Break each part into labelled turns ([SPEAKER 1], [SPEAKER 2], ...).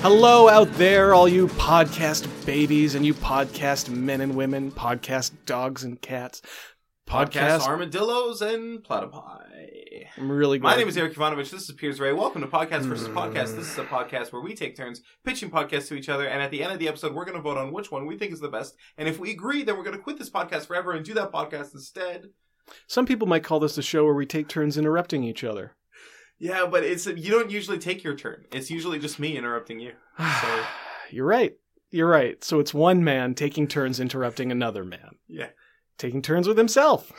[SPEAKER 1] Hello out there, all you podcast babies and you podcast men and women, podcast dogs and cats,
[SPEAKER 2] Podcast
[SPEAKER 1] podcast.
[SPEAKER 2] Armadillos and Platypi.
[SPEAKER 1] I'm really good.
[SPEAKER 2] My name is Eric Ivanovich. This is Piers Ray. Welcome to Podcast
[SPEAKER 1] Mm.
[SPEAKER 2] versus Podcast. This is a podcast where we take turns pitching podcasts to each other, and at the end of the episode, we're going to vote on which one we think is the best. And if we agree, then we're going to quit this podcast forever and do that podcast instead.
[SPEAKER 1] Some people might call this the show where we take turns interrupting each other.
[SPEAKER 2] Yeah, but it's you don't usually take your turn. It's usually just me interrupting you. So
[SPEAKER 1] You're right. You're right. So it's one man taking turns interrupting another man,
[SPEAKER 2] yeah.
[SPEAKER 1] taking turns with himself.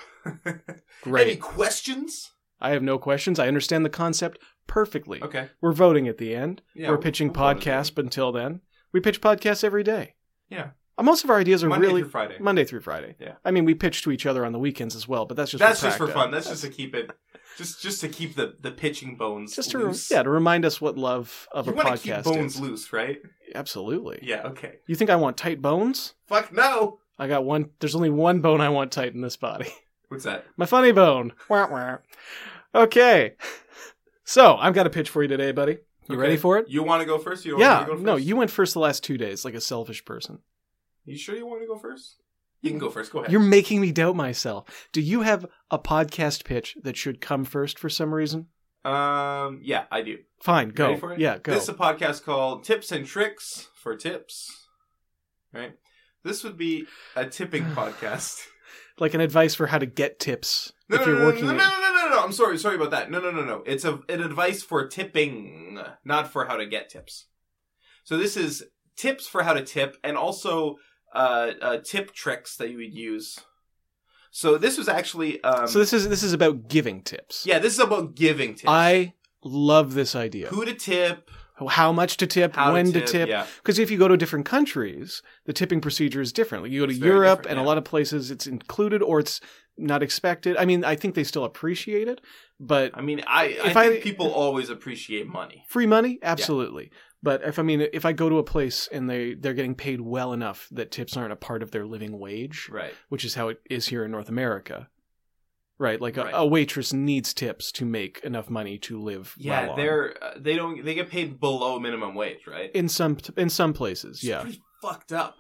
[SPEAKER 1] Great.
[SPEAKER 2] Any questions?
[SPEAKER 1] I have no questions. I understand the concept perfectly.
[SPEAKER 2] Okay.
[SPEAKER 1] We're voting at the end.
[SPEAKER 2] Yeah,
[SPEAKER 1] We're
[SPEAKER 2] we'll-
[SPEAKER 1] pitching
[SPEAKER 2] we'll vote at the
[SPEAKER 1] podcasts, but until then, we pitch podcasts every day.
[SPEAKER 2] Yeah.
[SPEAKER 1] Uh, Most of our ideas are
[SPEAKER 2] Monday
[SPEAKER 1] really
[SPEAKER 2] through Friday.
[SPEAKER 1] Monday through Friday.
[SPEAKER 2] Yeah.
[SPEAKER 1] I mean, we pitch to each other on the weekends as well, but that's just
[SPEAKER 2] That's
[SPEAKER 1] for
[SPEAKER 2] just for
[SPEAKER 1] practice.
[SPEAKER 2] fun. That's just to keep it, just just to keep the the pitching bones
[SPEAKER 1] just to re-
[SPEAKER 2] loose.
[SPEAKER 1] yeah to remind us what love of
[SPEAKER 2] you
[SPEAKER 1] a
[SPEAKER 2] want to
[SPEAKER 1] podcast
[SPEAKER 2] keep bones
[SPEAKER 1] is.
[SPEAKER 2] loose, right?
[SPEAKER 1] Absolutely.
[SPEAKER 2] Yeah. Okay.
[SPEAKER 1] You think I want tight bones?
[SPEAKER 2] Fuck no.
[SPEAKER 1] I got one. There's only one bone I want tight in this body.
[SPEAKER 2] What's that?
[SPEAKER 1] My funny bone. Wah, wah. okay. So I've got a pitch for you today, buddy. You
[SPEAKER 2] Okay.
[SPEAKER 1] ready for it?
[SPEAKER 2] You want to go first? You don't
[SPEAKER 1] yeah.
[SPEAKER 2] Want me to go first?
[SPEAKER 1] No, you went first the last two days, like a selfish person.
[SPEAKER 2] You sure you want to go first? You can go first. Go ahead.
[SPEAKER 1] You're making me doubt myself. Do you have a podcast pitch that should come first for some reason?
[SPEAKER 2] Um. Yeah, I do.
[SPEAKER 1] Fine,
[SPEAKER 2] You
[SPEAKER 1] go.
[SPEAKER 2] ready for it?
[SPEAKER 1] Yeah, go.
[SPEAKER 2] This is a podcast called Tips and Tricks for Tips. Right. This would be a tipping podcast.
[SPEAKER 1] like an advice for how to get tips
[SPEAKER 2] No,
[SPEAKER 1] if
[SPEAKER 2] no,
[SPEAKER 1] you're
[SPEAKER 2] no,
[SPEAKER 1] working.
[SPEAKER 2] no,
[SPEAKER 1] in-
[SPEAKER 2] no, no, no, no, no. I'm sorry. Sorry about that. No, no, no, no. It's a, an advice for tipping, not for how to get tips. So this is tips for how to tip and also uh, uh, tip tricks that you would use. So this was actually. Um,
[SPEAKER 1] so this is this is about giving tips.
[SPEAKER 2] yeah, this is about giving tips.
[SPEAKER 1] I love this idea.
[SPEAKER 2] Who to tip,
[SPEAKER 1] how much to tip,
[SPEAKER 2] how
[SPEAKER 1] when
[SPEAKER 2] to tip. Yeah.
[SPEAKER 1] Because if you go to different countries, the tipping procedure is different. Like you go to
[SPEAKER 2] It's very
[SPEAKER 1] Europe
[SPEAKER 2] different,
[SPEAKER 1] and a
[SPEAKER 2] yeah.
[SPEAKER 1] lot of places it's included or it's not expected. I mean, I think they still appreciate it, but
[SPEAKER 2] I mean, I, I
[SPEAKER 1] If I-
[SPEAKER 2] think people always appreciate money.
[SPEAKER 1] free money, absolutely. But if I mean if I go to a place and they they're getting paid well enough that tips aren't a part of their living wage,
[SPEAKER 2] Right.
[SPEAKER 1] which is how it is here in North America. Right, like a,
[SPEAKER 2] Right.
[SPEAKER 1] a waitress needs tips to make enough money to live.
[SPEAKER 2] Yeah,
[SPEAKER 1] well um, on.
[SPEAKER 2] they're uh, they don't they get paid below minimum wage, right?
[SPEAKER 1] in some in some places.
[SPEAKER 2] It's
[SPEAKER 1] Yeah,
[SPEAKER 2] pretty fucked up.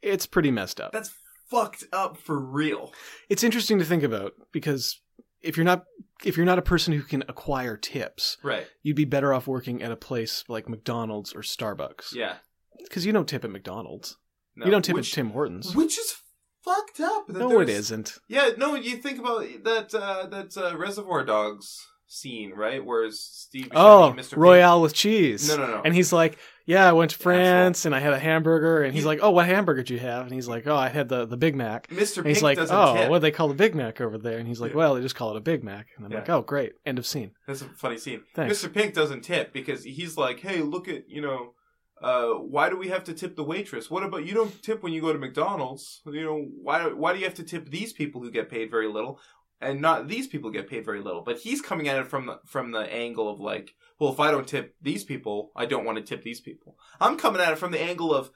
[SPEAKER 1] it's pretty messed up.
[SPEAKER 2] That's fucked up for real.
[SPEAKER 1] It's interesting to think about because if you're not if you're not a person who can acquire tips,
[SPEAKER 2] Right.
[SPEAKER 1] you'd be better off working at a place like McDonald's or Starbucks
[SPEAKER 2] Yeah.
[SPEAKER 1] because you don't tip at McDonald's.
[SPEAKER 2] No.
[SPEAKER 1] You don't tip
[SPEAKER 2] which,
[SPEAKER 1] at Tim Hortons.
[SPEAKER 2] Which is fucked up. that
[SPEAKER 1] no,
[SPEAKER 2] there's-
[SPEAKER 1] it isn't.
[SPEAKER 2] Yeah, no, you think about that uh, that uh, Reservoir Dogs scene, right? Where it's Steve Buscemi
[SPEAKER 1] Oh,
[SPEAKER 2] and Mr. Pink-
[SPEAKER 1] Royale with cheese.
[SPEAKER 2] No, no, no.
[SPEAKER 1] And he's like, "Yeah, I went to
[SPEAKER 2] Asshole.
[SPEAKER 1] France and I had a hamburger." And he's
[SPEAKER 2] You-
[SPEAKER 1] like, "Oh, what hamburger did you have?" And he's like, "Oh, I had the the Big Mac."
[SPEAKER 2] Mr.
[SPEAKER 1] And he's
[SPEAKER 2] Pink
[SPEAKER 1] like,
[SPEAKER 2] doesn't
[SPEAKER 1] "Oh,
[SPEAKER 2] tip.
[SPEAKER 1] what do they call the Big Mac over there?" And he's like,
[SPEAKER 2] Yeah.
[SPEAKER 1] "Well, they just call it a Big Mac." And I'm
[SPEAKER 2] Yeah.
[SPEAKER 1] like, "Oh, great. End of scene."
[SPEAKER 2] That's a funny scene.
[SPEAKER 1] Thanks.
[SPEAKER 2] Mr. Pink doesn't tip because he's like, "Hey, look at you know, uh, why do we have to tip the waitress? What about you don't tip when you go to McDonald's? You know, why why do you have to tip these people who get paid very little, and not these people who get paid very little?" But he's coming at it from the, from the angle of like, "Well, if I don't tip these people, I don't want to tip these people." I'm coming at it from the angle of,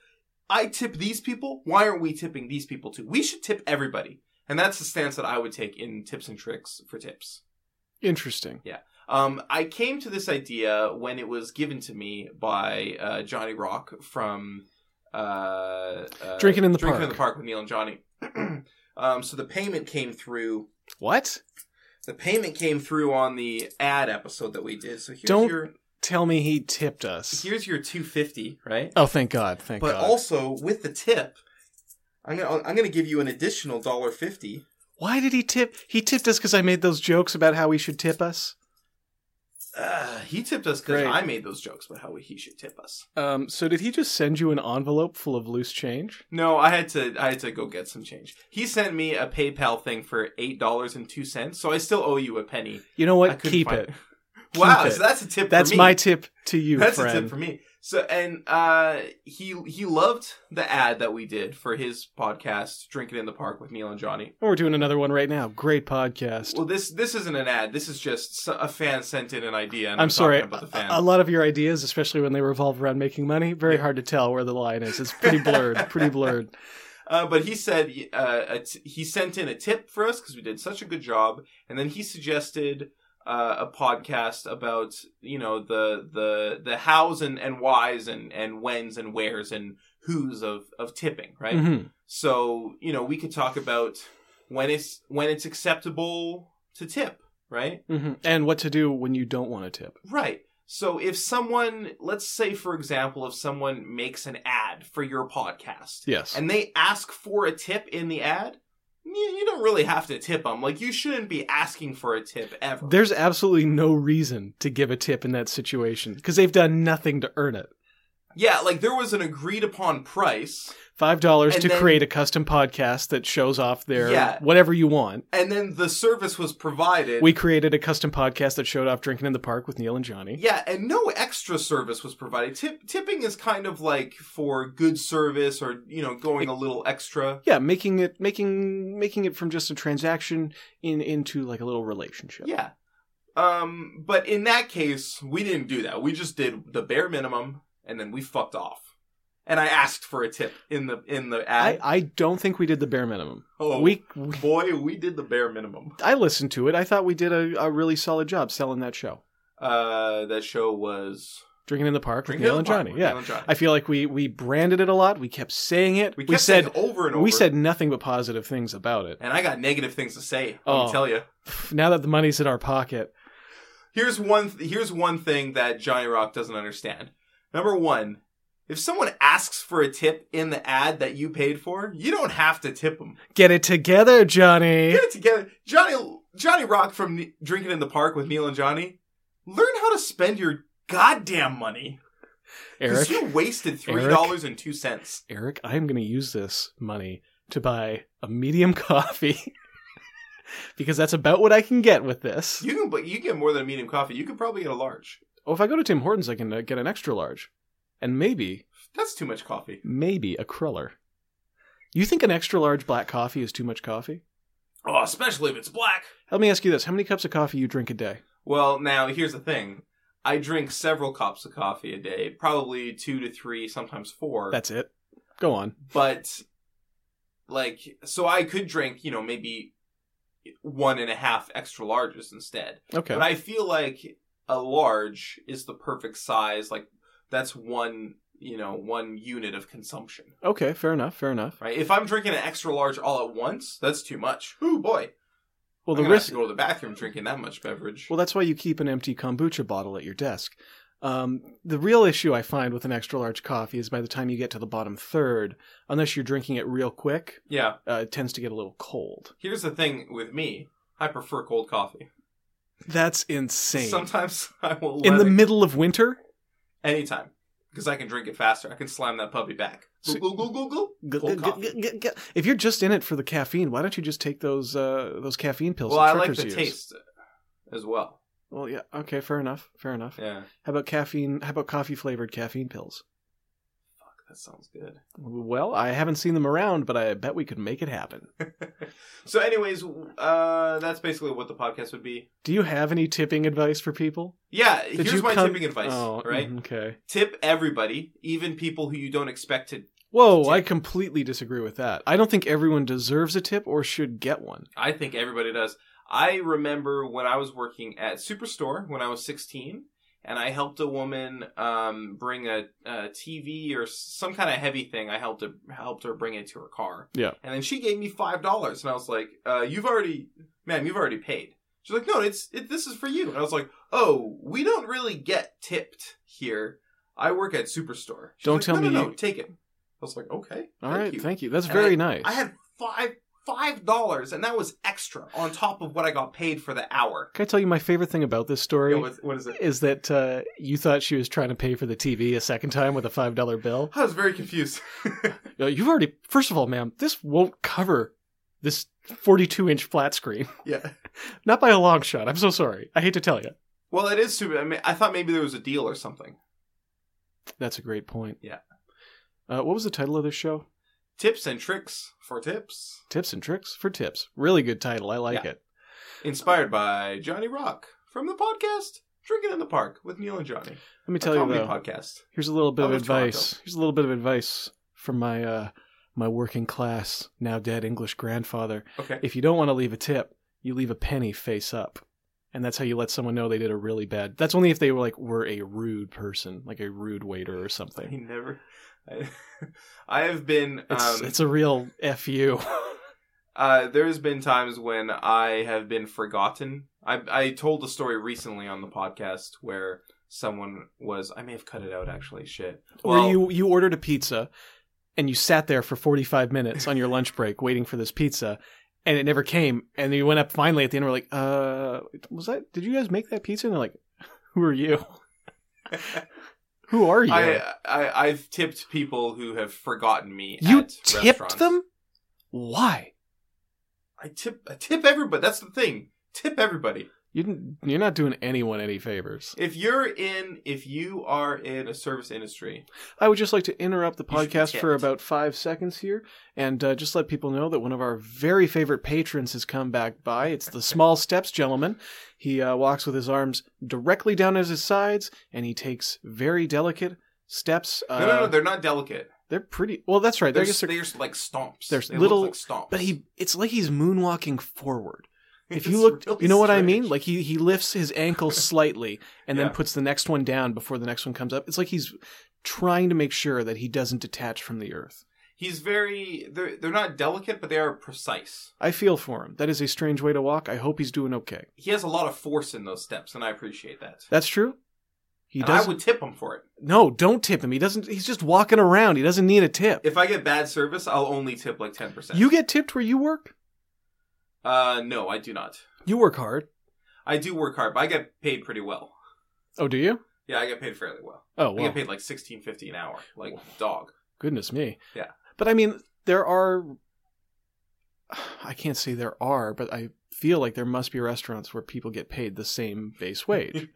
[SPEAKER 2] "I tip these people. Why aren't we tipping these people too? We should tip everybody." And that's the stance that I would take in tips and tricks for tips.
[SPEAKER 1] Interesting.
[SPEAKER 2] Um, I came to this idea when it was given to me by uh, Johnny Rock from uh, uh,
[SPEAKER 1] Drinking in the
[SPEAKER 2] Drinking in
[SPEAKER 1] Park.
[SPEAKER 2] the Park with Neil and Johnny. um, so the payment came through.
[SPEAKER 1] What?
[SPEAKER 2] The payment came through on the ad episode that we did. So here's
[SPEAKER 1] Don't-
[SPEAKER 2] your
[SPEAKER 1] Tell me he tipped us.
[SPEAKER 2] here's your two fifty, right?
[SPEAKER 1] oh, thank God. Thank
[SPEAKER 2] but
[SPEAKER 1] God.
[SPEAKER 2] also with the tip, I'm gonna I'm gonna give you an additional dollar fifty.
[SPEAKER 1] Why did he tip? He tipped us because I made those jokes about how he should tip us.
[SPEAKER 2] Uh, he tipped us because
[SPEAKER 1] Great.
[SPEAKER 2] I made those jokes about how he should tip us.
[SPEAKER 1] Um, so did he just send you an envelope full of loose change?
[SPEAKER 2] No, I had to I had to go get some change. He sent me a PayPal thing for eight dollars and two cents, so I still owe you a penny.
[SPEAKER 1] You know
[SPEAKER 2] I
[SPEAKER 1] what?
[SPEAKER 2] couldn't
[SPEAKER 1] Keep
[SPEAKER 2] find
[SPEAKER 1] it. Keep
[SPEAKER 2] Wow,
[SPEAKER 1] it.
[SPEAKER 2] so that's a tip
[SPEAKER 1] That's
[SPEAKER 2] for me.
[SPEAKER 1] my tip to you,
[SPEAKER 2] that's
[SPEAKER 1] friend.
[SPEAKER 2] a tip for me. So and uh he he loved the ad that we did for his podcast, Drinking in the Park with Neil and Johnny.
[SPEAKER 1] And Oh, we're doing another one right now. Great podcast.
[SPEAKER 2] Well, this this isn't an ad. This is just so- a fan sent in an idea. And
[SPEAKER 1] I'm sorry.
[SPEAKER 2] talking about the fan.
[SPEAKER 1] A, a lot of your ideas, especially when they revolve around making money, very hard to tell where the line is. It's pretty blurred. pretty blurred.
[SPEAKER 2] Uh, but he said uh, a t- he sent in a tip for us because we did such a good job, and then he suggested uh, a podcast about you know the the the hows and, and whys and and whens and wheres and who's of of tipping, right?
[SPEAKER 1] Mhm.
[SPEAKER 2] So you know we could talk about when it's when it's acceptable to tip, right?
[SPEAKER 1] Mhm. And what to do when you don't want to tip.
[SPEAKER 2] Right. So if someone, let's say for example, if someone makes an ad for your podcast,
[SPEAKER 1] Yes.
[SPEAKER 2] and they ask for a tip in the ad, you, you don't really have to tip them. Like you shouldn't be asking for a tip ever.
[SPEAKER 1] There's absolutely no reason to give a tip in that situation because they've done nothing to earn it.
[SPEAKER 2] yeah, like there was an agreed upon price,
[SPEAKER 1] Five dollars
[SPEAKER 2] And
[SPEAKER 1] to
[SPEAKER 2] then-
[SPEAKER 1] create a custom podcast that shows off their
[SPEAKER 2] Yeah.
[SPEAKER 1] whatever you want.
[SPEAKER 2] and then the service was provided.
[SPEAKER 1] We created a custom podcast that showed off drinking in the park with Neil and Johnny.
[SPEAKER 2] yeah, and no extra service was provided. Tip, tipping is kind of like for good service or you know going a little extra.
[SPEAKER 1] Yeah, making it making making it from just a transaction in into like a little relationship.
[SPEAKER 2] Yeah. Um, but in that case, we didn't do that. We just did the bare minimum, and then we fucked off. And I asked for a tip in the in the
[SPEAKER 1] I,
[SPEAKER 2] ad.
[SPEAKER 1] I don't think we did the bare minimum.
[SPEAKER 2] oh,
[SPEAKER 1] We, we
[SPEAKER 2] boy, we did the bare minimum.
[SPEAKER 1] I listened to it. I thought we did a, a really solid job selling that show.
[SPEAKER 2] Uh, that show was
[SPEAKER 1] Drinking in the park with
[SPEAKER 2] Drinking
[SPEAKER 1] Neil
[SPEAKER 2] in
[SPEAKER 1] and
[SPEAKER 2] the Park
[SPEAKER 1] Johnny.
[SPEAKER 2] with
[SPEAKER 1] Yeah.
[SPEAKER 2] Neil and Johnny.
[SPEAKER 1] I feel like we we branded it a lot. We kept saying it.
[SPEAKER 2] we
[SPEAKER 1] We,
[SPEAKER 2] kept saying
[SPEAKER 1] said
[SPEAKER 2] it over and over.
[SPEAKER 1] we said nothing but positive things about it.
[SPEAKER 2] and I got negative things to say. Let me
[SPEAKER 1] Oh.
[SPEAKER 2] tell you.
[SPEAKER 1] Now that the money's in our pocket,
[SPEAKER 2] Here's one. Th- here's one thing that Johnny Rock doesn't understand. Number one, if someone asks for a tip in the ad that you paid for, you don't have to tip them.
[SPEAKER 1] get it together, Johnny.
[SPEAKER 2] Get it together, Johnny. Johnny Rock from Ne- Drinking in the Park with Neil and Johnny. Learn how to spend your goddamn money
[SPEAKER 1] Eric,
[SPEAKER 2] because you wasted three dollars and two cents.
[SPEAKER 1] Eric, I am going to use this money to buy a medium coffee because that's about what I can get with this.
[SPEAKER 2] You can, but you get more than a medium coffee. You could probably get a large.
[SPEAKER 1] Oh, if I go to Tim Hortons, I can uh, get an extra large, and maybe
[SPEAKER 2] That's too much coffee.
[SPEAKER 1] maybe a cruller. You think an extra large black coffee is too much coffee?
[SPEAKER 2] Oh, especially if it's black.
[SPEAKER 1] Let me ask you this: How many cups of coffee you drink a day?
[SPEAKER 2] Well, now here's the thing. I drink several cups of coffee a day, probably two to three, sometimes four.
[SPEAKER 1] That's it. Go on.
[SPEAKER 2] but like, so I could drink, you know, maybe one and a half extra larges instead.
[SPEAKER 1] Okay.
[SPEAKER 2] But I feel like a large is the perfect size. Like that's one, you know, one unit of consumption.
[SPEAKER 1] Okay. Fair enough. Fair enough.
[SPEAKER 2] Right? If I'm drinking an extra large all at once, that's too much. Ooh boy.
[SPEAKER 1] Well,
[SPEAKER 2] I'm
[SPEAKER 1] the
[SPEAKER 2] gonna have
[SPEAKER 1] risk.
[SPEAKER 2] to go to the bathroom drinking that much beverage.
[SPEAKER 1] Well, that's why you keep an empty kombucha bottle at your desk. Um, the real issue I find with an extra large coffee is by the time you get to the bottom third, unless you're drinking it real quick,
[SPEAKER 2] yeah.
[SPEAKER 1] uh, it tends to get a little cold.
[SPEAKER 2] Here's the thing with me. I prefer cold coffee.
[SPEAKER 1] That's insane.
[SPEAKER 2] Sometimes I will let
[SPEAKER 1] In the
[SPEAKER 2] it
[SPEAKER 1] middle of winter,
[SPEAKER 2] anytime because I can drink it faster. I can slam that puppy back.
[SPEAKER 1] So-
[SPEAKER 2] Go go go go go.
[SPEAKER 1] G-
[SPEAKER 2] Cold
[SPEAKER 1] g-
[SPEAKER 2] coffee.
[SPEAKER 1] g- g- g- if you're just in it for the caffeine, why don't you just take those uh, those caffeine pills?
[SPEAKER 2] Well,
[SPEAKER 1] that
[SPEAKER 2] I like
[SPEAKER 1] truckers
[SPEAKER 2] the
[SPEAKER 1] use?
[SPEAKER 2] taste as well.
[SPEAKER 1] Well, yeah, okay, fair enough, fair enough.
[SPEAKER 2] Yeah,
[SPEAKER 1] How about caffeine? How about coffee flavored caffeine pills?
[SPEAKER 2] that sounds good.
[SPEAKER 1] Well, I haven't seen them around, but I bet we could make it happen.
[SPEAKER 2] So, anyways, uh, that's basically what the podcast would be.
[SPEAKER 1] Do you have any tipping advice for people?
[SPEAKER 2] Yeah,
[SPEAKER 1] Did
[SPEAKER 2] here's
[SPEAKER 1] you
[SPEAKER 2] my
[SPEAKER 1] come-
[SPEAKER 2] tipping advice.
[SPEAKER 1] oh,
[SPEAKER 2] right,
[SPEAKER 1] mm, Okay.
[SPEAKER 2] tip everybody, even people who you don't expect to.
[SPEAKER 1] Whoa, I
[SPEAKER 2] Tip.
[SPEAKER 1] completely disagree with that. I don't think everyone deserves a tip or should get one.
[SPEAKER 2] I think everybody does. I remember when I was working at Superstore when I was 16, and I helped a woman um, bring a, a TV or some kind of heavy thing. I helped her, helped her bring it to her car.
[SPEAKER 1] Yeah.
[SPEAKER 2] And then she gave me five dollars, and I was like, uh, "You've already, ma'am, you've already paid." She's like, "No, it's it, this is for you." And I was like, "Oh, we don't really get tipped here. I work at Superstore." She's
[SPEAKER 1] Don't
[SPEAKER 2] like,
[SPEAKER 1] tell
[SPEAKER 2] no,
[SPEAKER 1] me
[SPEAKER 2] No, no,
[SPEAKER 1] you-
[SPEAKER 2] take it. I was like, "Okay,
[SPEAKER 1] All
[SPEAKER 2] thank
[SPEAKER 1] right,
[SPEAKER 2] you."
[SPEAKER 1] thank you. That's
[SPEAKER 2] And
[SPEAKER 1] very nice.
[SPEAKER 2] I had five five dollars, and that was extra on top of what I got paid for the hour.
[SPEAKER 1] Can I tell you my favorite thing about this story?
[SPEAKER 2] Yeah, what- what is it?
[SPEAKER 1] is that uh, you thought she was trying to pay for the TV a second time with a five dollar bill.
[SPEAKER 2] I was very confused.
[SPEAKER 1] No, You've already, first of all, ma'am, this won't cover this forty-two inch flat screen,
[SPEAKER 2] yeah.
[SPEAKER 1] not by a long shot. I'm so sorry. I hate to tell you.
[SPEAKER 2] Well, it is stupid. I mean, I thought maybe there was a deal or something.
[SPEAKER 1] That's a great point.
[SPEAKER 2] Yeah.
[SPEAKER 1] Uh, what was the title of this show?
[SPEAKER 2] Tips and tricks for tips,
[SPEAKER 1] Tips and tricks for tips. Really good title. I like
[SPEAKER 2] Yeah.
[SPEAKER 1] it.
[SPEAKER 2] inspired by Johnny Rock from the podcast Drinking in the Park with Neil and Johnny.
[SPEAKER 1] Let me
[SPEAKER 2] A
[SPEAKER 1] tell you
[SPEAKER 2] comedy
[SPEAKER 1] though.
[SPEAKER 2] podcast.
[SPEAKER 1] Here's a little bit
[SPEAKER 2] Out
[SPEAKER 1] of
[SPEAKER 2] of Toronto.
[SPEAKER 1] advice. Here's a little bit of advice from my uh, my working class now dead English grandfather.
[SPEAKER 2] Okay.
[SPEAKER 1] If you don't want to leave a tip, you leave a penny face up. and that's how you let someone know they did a really bad. That's only if they were like were a rude person, like a rude waiter or
[SPEAKER 2] I
[SPEAKER 1] something.
[SPEAKER 2] never. I, I have been.
[SPEAKER 1] It's
[SPEAKER 2] um,
[SPEAKER 1] it's a real fu.
[SPEAKER 2] Uh, there's been times when I have been forgotten. I I told a story recently on the podcast where someone was. I may have cut it out actually. Shit.
[SPEAKER 1] Where you you ordered a pizza, and you sat there for forty five minutes on your lunch break waiting for this pizza. And it never came. And then you went up finally at the end. and We're like, "Uh, was that? Did you guys make that pizza?" And they're like, "Who are you? Who are you?"
[SPEAKER 2] I, I I've tipped people who have forgotten me.
[SPEAKER 1] You
[SPEAKER 2] at restaurants.
[SPEAKER 1] tipped them? Why?
[SPEAKER 2] I tip I tip everybody. That's the thing. Tip everybody.
[SPEAKER 1] You didn't, you're not doing anyone any favors.
[SPEAKER 2] If you're in, if you are in a service industry,
[SPEAKER 1] I would just like to interrupt the
[SPEAKER 2] You should be
[SPEAKER 1] podcast for
[SPEAKER 2] tipped.
[SPEAKER 1] about five seconds here and uh, just let people know that one of our very favorite patrons has come back by. It's the Small Steps gentleman. He uh, walks with his arms directly down at his sides and he takes very delicate steps. Uh,
[SPEAKER 2] no, no, no, they're not delicate.
[SPEAKER 1] They're pretty. Well, that's right.
[SPEAKER 2] They're
[SPEAKER 1] They're just.
[SPEAKER 2] just, they're just like stomps.
[SPEAKER 1] they're
[SPEAKER 2] They look
[SPEAKER 1] little-
[SPEAKER 2] like stomps.
[SPEAKER 1] But he, it's like he's moonwalking forward. if you look
[SPEAKER 2] It's really
[SPEAKER 1] you know what i
[SPEAKER 2] strange.
[SPEAKER 1] mean like he, he lifts his ankle slightly and
[SPEAKER 2] Yeah.
[SPEAKER 1] then puts the next one down before the next one comes up it's like he's trying to make sure that he doesn't detach from the earth
[SPEAKER 2] he's very. They're they're not delicate, but they are precise.
[SPEAKER 1] i feel for him that is a strange way to walk i hope he's doing okay
[SPEAKER 2] He has a lot of force in those steps, and I appreciate that.
[SPEAKER 1] that's true he
[SPEAKER 2] and
[SPEAKER 1] does
[SPEAKER 2] I would tip him for it.
[SPEAKER 1] no don't tip him he doesn't he's just walking around he doesn't need a tip
[SPEAKER 2] If I get bad service, I'll only tip like ten percent.
[SPEAKER 1] you get tipped where you work
[SPEAKER 2] Uh, no, I do not.
[SPEAKER 1] you work hard
[SPEAKER 2] I do work hard, but I get paid pretty well.
[SPEAKER 1] oh do you
[SPEAKER 2] Yeah, I get paid fairly well.
[SPEAKER 1] oh
[SPEAKER 2] I
[SPEAKER 1] well
[SPEAKER 2] get paid like sixteen fifty an hour, like dog.
[SPEAKER 1] goodness me
[SPEAKER 2] Yeah.
[SPEAKER 1] but i mean there are i can't say there are but i feel like there must be restaurants where people get paid the same base wage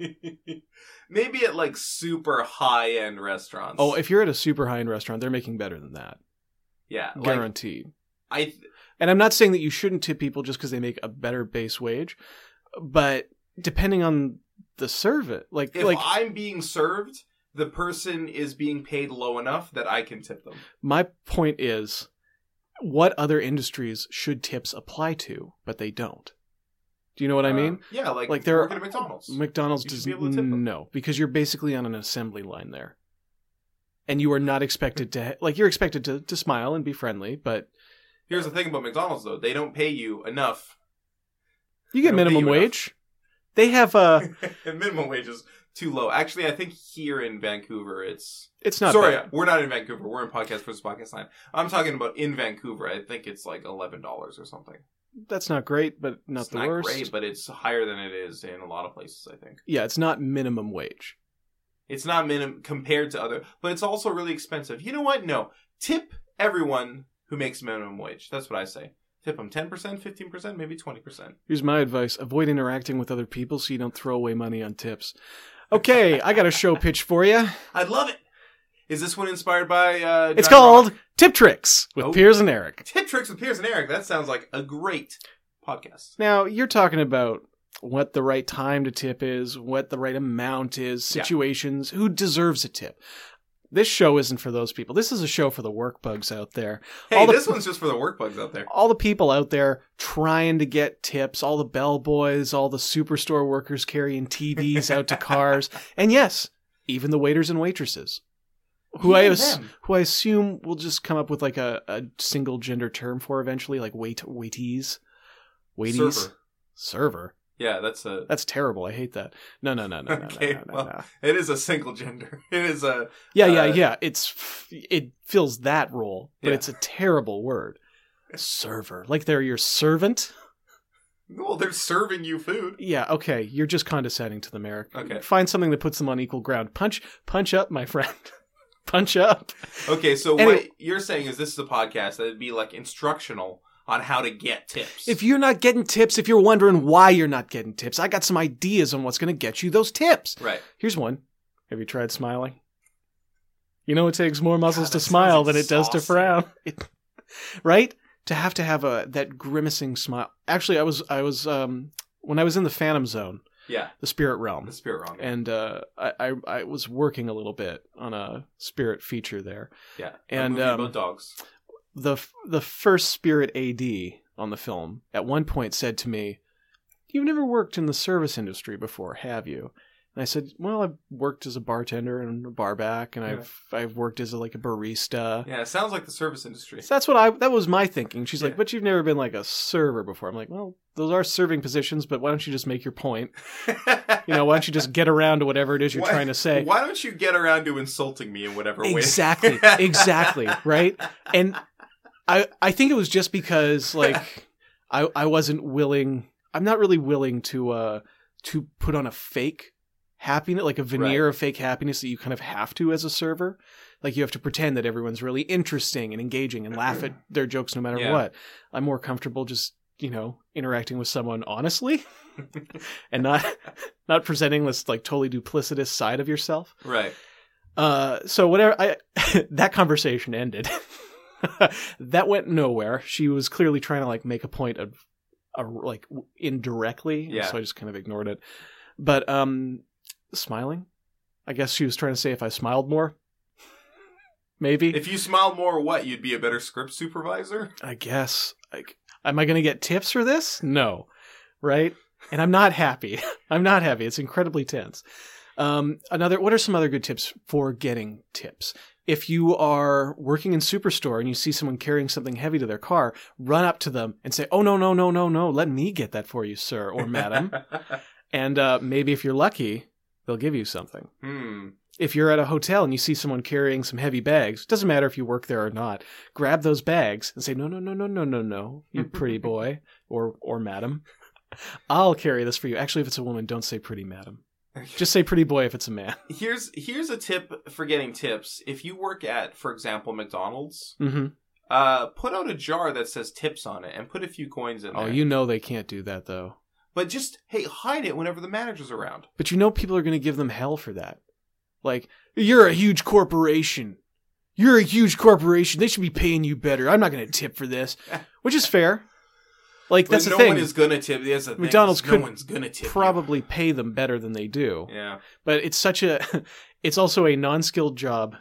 [SPEAKER 2] Maybe at like super high end restaurants.
[SPEAKER 1] oh if you're at a super high end restaurant they're making better than that
[SPEAKER 2] yeah, like
[SPEAKER 1] guaranteed
[SPEAKER 2] I th-
[SPEAKER 1] and i'm not saying that you shouldn't tip people just because they make a better base wage but depending on the service like
[SPEAKER 2] if
[SPEAKER 1] like
[SPEAKER 2] I'm being served, the person is being paid low enough that I can tip them.
[SPEAKER 1] my point is what other industries should tips apply to but they don't do you know what i
[SPEAKER 2] Um,
[SPEAKER 1] mean
[SPEAKER 2] yeah, like
[SPEAKER 1] like there
[SPEAKER 2] working
[SPEAKER 1] are-
[SPEAKER 2] at McDonald's.
[SPEAKER 1] McDonald's
[SPEAKER 2] You should
[SPEAKER 1] does
[SPEAKER 2] be able to tip them.
[SPEAKER 1] no because you're basically on an assembly line there, and you are not expected to like you're expected to, to smile and be friendly, but
[SPEAKER 2] Here's the thing about McDonald's though; they don't pay you enough.
[SPEAKER 1] you get
[SPEAKER 2] It'll be
[SPEAKER 1] minimum
[SPEAKER 2] enough.
[SPEAKER 1] wage. They have uh
[SPEAKER 2] and minimum wage is too low. Actually, I think here in Vancouver, it's
[SPEAKER 1] it's not
[SPEAKER 2] sorry,
[SPEAKER 1] bad.
[SPEAKER 2] we're not in Vancouver. We're in Podcast versus Podcast Line. I'm talking about in Vancouver. I think it's like eleven dollars or something.
[SPEAKER 1] that's not great, but not
[SPEAKER 2] it's
[SPEAKER 1] the
[SPEAKER 2] not
[SPEAKER 1] worst.
[SPEAKER 2] great, but it's higher than it is in a lot of places. I think
[SPEAKER 1] yeah, it's not minimum wage.
[SPEAKER 2] it's not minimum compared to other, but it's also really expensive. You know what? No, tip everyone who makes minimum wage. That's what I say. Tip them ten percent, fifteen percent, maybe twenty percent.
[SPEAKER 1] Here's my advice: avoid interacting with other people so you don't throw away money on tips. Okay, I got a show pitch for you.
[SPEAKER 2] I love it. Is this one inspired by? Uh,
[SPEAKER 1] It's
[SPEAKER 2] John
[SPEAKER 1] called
[SPEAKER 2] Rock?
[SPEAKER 1] Tip Tricks with
[SPEAKER 2] Oh.
[SPEAKER 1] Piers and Eric.
[SPEAKER 2] Tip Tricks with Piers and Eric. That sounds like a great podcast.
[SPEAKER 1] Now, you're talking about what the right time to tip is, what the right amount is,
[SPEAKER 2] Yeah.
[SPEAKER 1] situations, who deserves a tip. This show isn't for those people. This is a show for the work bugs out there.
[SPEAKER 2] Hey,
[SPEAKER 1] All the-
[SPEAKER 2] this one's just for the work bugs out there.
[SPEAKER 1] All the people out there trying to get tips, all the bellboys, all the superstore workers carrying TVs out to cars, and yes, even the waiters and waitresses. Who I,
[SPEAKER 2] Even
[SPEAKER 1] ass-
[SPEAKER 2] them.
[SPEAKER 1] who I assume will just come up with like a, a single gender term for eventually, like wait waitees, waitees,
[SPEAKER 2] Server.
[SPEAKER 1] server.
[SPEAKER 2] Yeah, that's a.
[SPEAKER 1] That's terrible. I hate that. No, no, no, no, no, no,
[SPEAKER 2] Okay,
[SPEAKER 1] no, no,
[SPEAKER 2] well-
[SPEAKER 1] no.
[SPEAKER 2] It is a single gender. It is a.
[SPEAKER 1] Yeah, yeah,
[SPEAKER 2] uh,
[SPEAKER 1] yeah. It's f- it fills that role, but
[SPEAKER 2] Yeah.
[SPEAKER 1] it's a terrible word. Server, like they're your servant.
[SPEAKER 2] Well, they're serving you food.
[SPEAKER 1] Yeah, okay. You're just condescending to them, Eric.
[SPEAKER 2] Okay.
[SPEAKER 1] Find something that puts them on equal ground. Punch, punch up, my friend. punch up.
[SPEAKER 2] Okay, so what
[SPEAKER 1] Anyway-
[SPEAKER 2] you're saying is this is a podcast that'd be like instructional on how to get tips.
[SPEAKER 1] If you're not getting tips, if you're wondering why you're not getting tips, I got some ideas on what's going to get you those tips.
[SPEAKER 2] right,
[SPEAKER 1] Here's one. Have you tried smiling? You know, it takes more muscles
[SPEAKER 2] that
[SPEAKER 1] to
[SPEAKER 2] sounds
[SPEAKER 1] smile than it does to
[SPEAKER 2] exhausting.
[SPEAKER 1] frown, It- right? To have to have a that grimacing smile. Actually, I was I was um when I was in the Phantom Zone,
[SPEAKER 2] yeah,
[SPEAKER 1] the spirit
[SPEAKER 2] the
[SPEAKER 1] realm,
[SPEAKER 2] spirit wrong.
[SPEAKER 1] and uh, I, I I was working a little bit on a spirit feature there.
[SPEAKER 2] yeah,
[SPEAKER 1] and,
[SPEAKER 2] a movie
[SPEAKER 1] um,
[SPEAKER 2] about dogs.
[SPEAKER 1] The f- the first spirit AD on the film at one point said to me, You've never worked in the service industry before, have you? And I said, Well, I've worked as a bartender and a barback, and
[SPEAKER 2] Yeah.
[SPEAKER 1] I've I've worked as a, like a barista.
[SPEAKER 2] Yeah, it sounds like the service industry.
[SPEAKER 1] So that's what I that was my thinking. She's
[SPEAKER 2] Yeah.
[SPEAKER 1] like, "But you've never been like a server before." I'm like, "Well, those are serving positions, but why don't you just make your point? You know, why don't you just get around to whatever it is you're
[SPEAKER 2] Why-
[SPEAKER 1] trying to say?"
[SPEAKER 2] Why don't you get around to insulting me in whatever way?
[SPEAKER 1] Exactly. exactly, right? And I I think it was just because like I I wasn't willing I'm not really willing to uh to put on a fake happiness like a veneer of fake happiness that you kind of have to as a server. Like you have to pretend that everyone's really interesting and engaging and laugh at their jokes no matter
[SPEAKER 2] Mm-hmm. Yeah.
[SPEAKER 1] what. I'm more comfortable just, you know, interacting with someone honestly and not not presenting this like totally duplicitous side of yourself.
[SPEAKER 2] Right.
[SPEAKER 1] Uh, so whatever I that conversation ended. that went nowhere. She was clearly trying to like make a point of a, like w- indirectly, and
[SPEAKER 2] Yeah.
[SPEAKER 1] so I just kind of ignored it. But um smiling. I guess she was trying to say if I smiled more. Maybe.
[SPEAKER 2] If you smiled more, what? You'd be a better script supervisor?
[SPEAKER 1] I guess like am I going to get tips for this? No. Right? And I'm not happy. I'm not happy. It's incredibly tense. Um, another what are some other good tips for getting tips? If you are working in Superstore and you see someone carrying something heavy to their car, run up to them and say, "Oh no, no, no, no, no, let me get that for you, sir or madam." and uh, maybe if you're lucky, they'll give you something
[SPEAKER 2] hmm.
[SPEAKER 1] if you're at a hotel and you see someone carrying some heavy bags, doesn't matter if you work there or not, grab those bags and say, No, no, no, no, no, no, no, you pretty boy or or madam. I'll carry this for you. Actually, if it's a woman, don't say pretty madam. Just say pretty boy if it's a man.
[SPEAKER 2] Here's here's a tip for getting tips. If you work at, for example, McDonald's,
[SPEAKER 1] hmm
[SPEAKER 2] uh, put out a jar that says tips on it and put a few coins in
[SPEAKER 1] Oh,
[SPEAKER 2] there.
[SPEAKER 1] you know they can't do that though.
[SPEAKER 2] But just hey, hide it whenever the manager's around.
[SPEAKER 1] But you know people are going to give them hell for that. Like, you're a huge corporation. You're a huge corporation. They should be paying you better. I'm not going to tip for this, which is fair. Like that's
[SPEAKER 2] But
[SPEAKER 1] the
[SPEAKER 2] no
[SPEAKER 1] thing.
[SPEAKER 2] one is gonna tip. That's the thing,
[SPEAKER 1] McDonald's
[SPEAKER 2] is no
[SPEAKER 1] could
[SPEAKER 2] one's gonna tip. you.
[SPEAKER 1] probably pay them better than they do.
[SPEAKER 2] Yeah.
[SPEAKER 1] But it's such a it's also a non-skilled job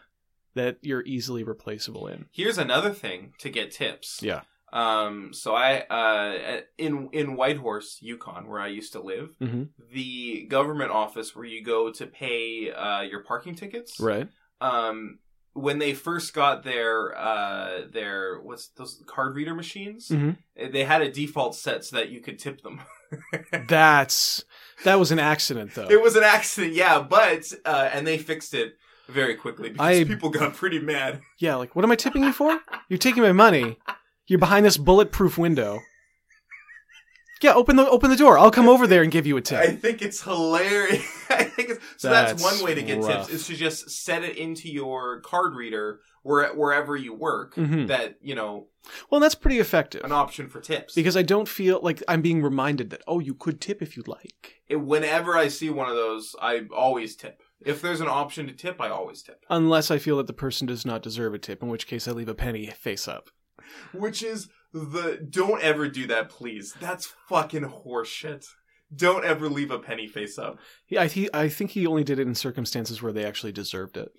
[SPEAKER 1] that you're easily replaceable in.
[SPEAKER 2] Here's another thing to get tips.
[SPEAKER 1] Yeah.
[SPEAKER 2] Um. So I uh in in Whitehorse, Yukon, where I used to live,
[SPEAKER 1] Mhm.
[SPEAKER 2] the government office where you go to pay uh your parking tickets.
[SPEAKER 1] Right.
[SPEAKER 2] um when they first got their uh their what's those card reader machines Eh,
[SPEAKER 1] Mhm.
[SPEAKER 2] they had a default set so that you could tip them
[SPEAKER 1] That's that was an accident though.
[SPEAKER 2] it was an accident yeah but uh and they fixed it very quickly because
[SPEAKER 1] I-
[SPEAKER 2] people got pretty mad
[SPEAKER 1] yeah, like what am I tipping you for? You're taking my money. You're behind this bulletproof window. Yeah, open the open the door. I'll come over there and give you a
[SPEAKER 2] i
[SPEAKER 1] tip.
[SPEAKER 2] think it's hilarious i think it's so
[SPEAKER 1] That's
[SPEAKER 2] that's, one way to get
[SPEAKER 1] rough.
[SPEAKER 2] tips is to just set it into your card reader where wherever you work
[SPEAKER 1] Mhm.
[SPEAKER 2] that you know
[SPEAKER 1] Well, that's pretty effective.
[SPEAKER 2] an option for tips
[SPEAKER 1] Because I don't feel like I'm being reminded that oh, you could tip if you'd like.
[SPEAKER 2] It- whenever i see one of those i always tip if there's an option to tip i always tip
[SPEAKER 1] Unless I feel that the person does not deserve a tip, in which case I leave a penny face up.
[SPEAKER 2] which is the don't ever do that, please. That's fucking horseshit. Don't ever leave a penny face up.
[SPEAKER 1] He, I, he, I think he only did it in circumstances where they actually deserved it.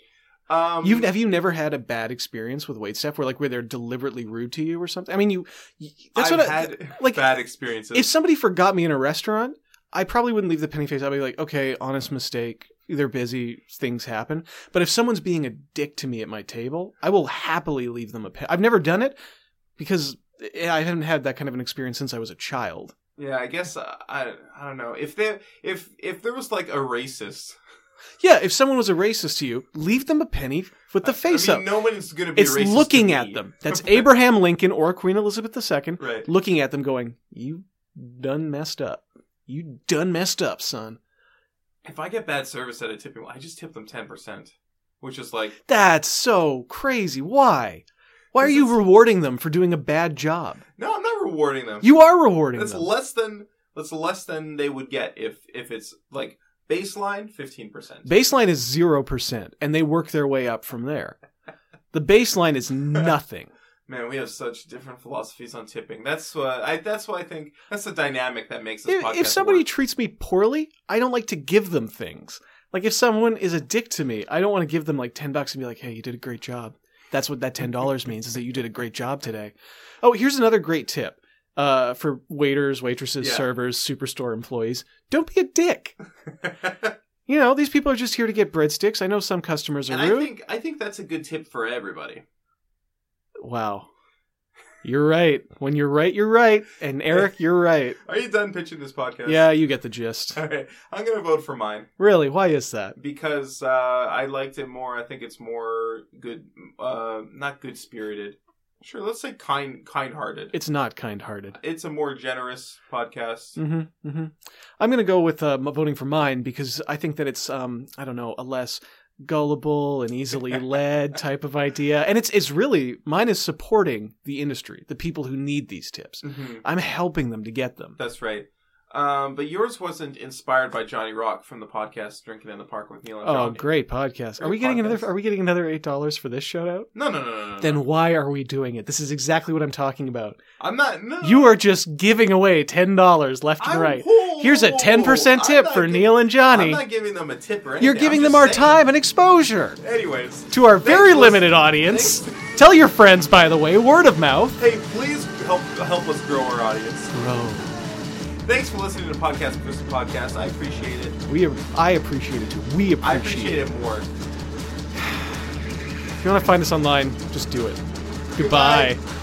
[SPEAKER 2] Um,
[SPEAKER 1] You've have you never had a bad experience with waitstaff where like where they're deliberately rude to you or something? I mean, you. you that's
[SPEAKER 2] I've
[SPEAKER 1] what I,
[SPEAKER 2] had
[SPEAKER 1] like,
[SPEAKER 2] bad experiences.
[SPEAKER 1] if somebody forgot me in a restaurant, I probably wouldn't leave the penny face. I'd be like, okay, honest mistake. They're busy. Things happen. But if someone's being a dick to me at my table, I will happily leave them a penny. I've never done it because eh, I haven't had that kind of an experience since I was a child.
[SPEAKER 2] yeah, I guess uh, I I don't know if there if if there was like a racist
[SPEAKER 1] Yeah, if someone was a racist to you, leave them a penny with the face
[SPEAKER 2] I
[SPEAKER 1] up.
[SPEAKER 2] mean, no one's gonna be.
[SPEAKER 1] it's
[SPEAKER 2] racist to
[SPEAKER 1] looking
[SPEAKER 2] me.
[SPEAKER 1] at them. That's Abraham Lincoln or Queen Elizabeth II
[SPEAKER 2] Right.
[SPEAKER 1] looking at them going, You done messed up. You done messed up, son.
[SPEAKER 2] If I get bad service at a tipping, I just tip them ten percent, which is like
[SPEAKER 1] That's so crazy. Why? Why are
[SPEAKER 2] This
[SPEAKER 1] you
[SPEAKER 2] is-
[SPEAKER 1] rewarding them for doing a bad job?
[SPEAKER 2] no, I'm not rewarding them.
[SPEAKER 1] You are rewarding
[SPEAKER 2] that's
[SPEAKER 1] them.
[SPEAKER 2] less than that's less than they would get if if it's like baseline fifteen percent.
[SPEAKER 1] baseline is 0%, and they work their way up from there. The baseline is nothing.
[SPEAKER 2] Man, we have such different philosophies on tipping. That's what I. That's what I think. That's the dynamic that makes this podcast.
[SPEAKER 1] if, if somebody
[SPEAKER 2] work.
[SPEAKER 1] treats me poorly, I don't like to give them things. Like if someone is a dick to me, I don't want to give them like ten bucks and be like, "Hey, you did a great job." That's what that ten dollars means is that you did a great job today. Oh, here's another great tip: uh, for waiters, waitresses,
[SPEAKER 2] Yeah.
[SPEAKER 1] servers, superstore employees. Don't be a dick. You know, these people are just here to get breadsticks. I know some customers are
[SPEAKER 2] and
[SPEAKER 1] rude.
[SPEAKER 2] I think I think that's a good tip for everybody.
[SPEAKER 1] Wow. You're right. When you're right, you're right. And Eric, you're right.
[SPEAKER 2] Are you done pitching this podcast?
[SPEAKER 1] Yeah, you get the gist.
[SPEAKER 2] All right. I'm gonna vote for mine
[SPEAKER 1] Really, why is that?
[SPEAKER 2] because uh, I liked it more. I think it's more good, uh, not good spirited. Sure, let's say kind, kind hearted.
[SPEAKER 1] It's not kind hearted.
[SPEAKER 2] It's a more generous podcast.
[SPEAKER 1] hmm hmm I'm going to go with uh, m- voting for mine because I think that it's, um, I don't know, a less gullible and easily led type of idea. And it's, it's really, mine is supporting the industry, the people who need these tips.
[SPEAKER 2] hmm
[SPEAKER 1] I'm helping them to get them.
[SPEAKER 2] That's right. Um, but yours wasn't inspired by Johnny Rock from the podcast Drinking in the Park with Neil and
[SPEAKER 1] Oh,
[SPEAKER 2] Johnny.
[SPEAKER 1] great podcast. Are
[SPEAKER 2] Great
[SPEAKER 1] we getting
[SPEAKER 2] podcast. Uh-huh.
[SPEAKER 1] another are we getting another $8 for this shout out?
[SPEAKER 2] No, no, no, no, no. no.
[SPEAKER 1] Then why are we doing it? This is exactly what I'm talking about.
[SPEAKER 2] I'm not. No,
[SPEAKER 1] You are just giving away ten dollars left and
[SPEAKER 2] I'm-
[SPEAKER 1] right.
[SPEAKER 2] whoa,
[SPEAKER 1] Here's a
[SPEAKER 2] whoa,
[SPEAKER 1] ten percent
[SPEAKER 2] whoa.
[SPEAKER 1] tip
[SPEAKER 2] I'm
[SPEAKER 1] for
[SPEAKER 2] not
[SPEAKER 1] Neil and
[SPEAKER 2] giving-
[SPEAKER 1] Johnny.
[SPEAKER 2] I'm not giving them a tip or anything.
[SPEAKER 1] You're giving
[SPEAKER 2] I'm
[SPEAKER 1] them
[SPEAKER 2] just
[SPEAKER 1] our
[SPEAKER 2] saying.
[SPEAKER 1] time and exposure
[SPEAKER 2] Anyways,
[SPEAKER 1] to our very
[SPEAKER 2] Thanks,
[SPEAKER 1] limited
[SPEAKER 2] listen-
[SPEAKER 1] audience. Tell your friends, by the way, word of mouth.
[SPEAKER 2] hey, please help help us grow our audience.
[SPEAKER 1] Bro,
[SPEAKER 2] Thanks for listening to Podcast Crystal Podcast. I appreciate it.
[SPEAKER 1] we I appreciate it too. We appreciate,
[SPEAKER 2] I appreciate
[SPEAKER 1] it.
[SPEAKER 2] it more.
[SPEAKER 1] If you want to find us online, just do it. Goodbye.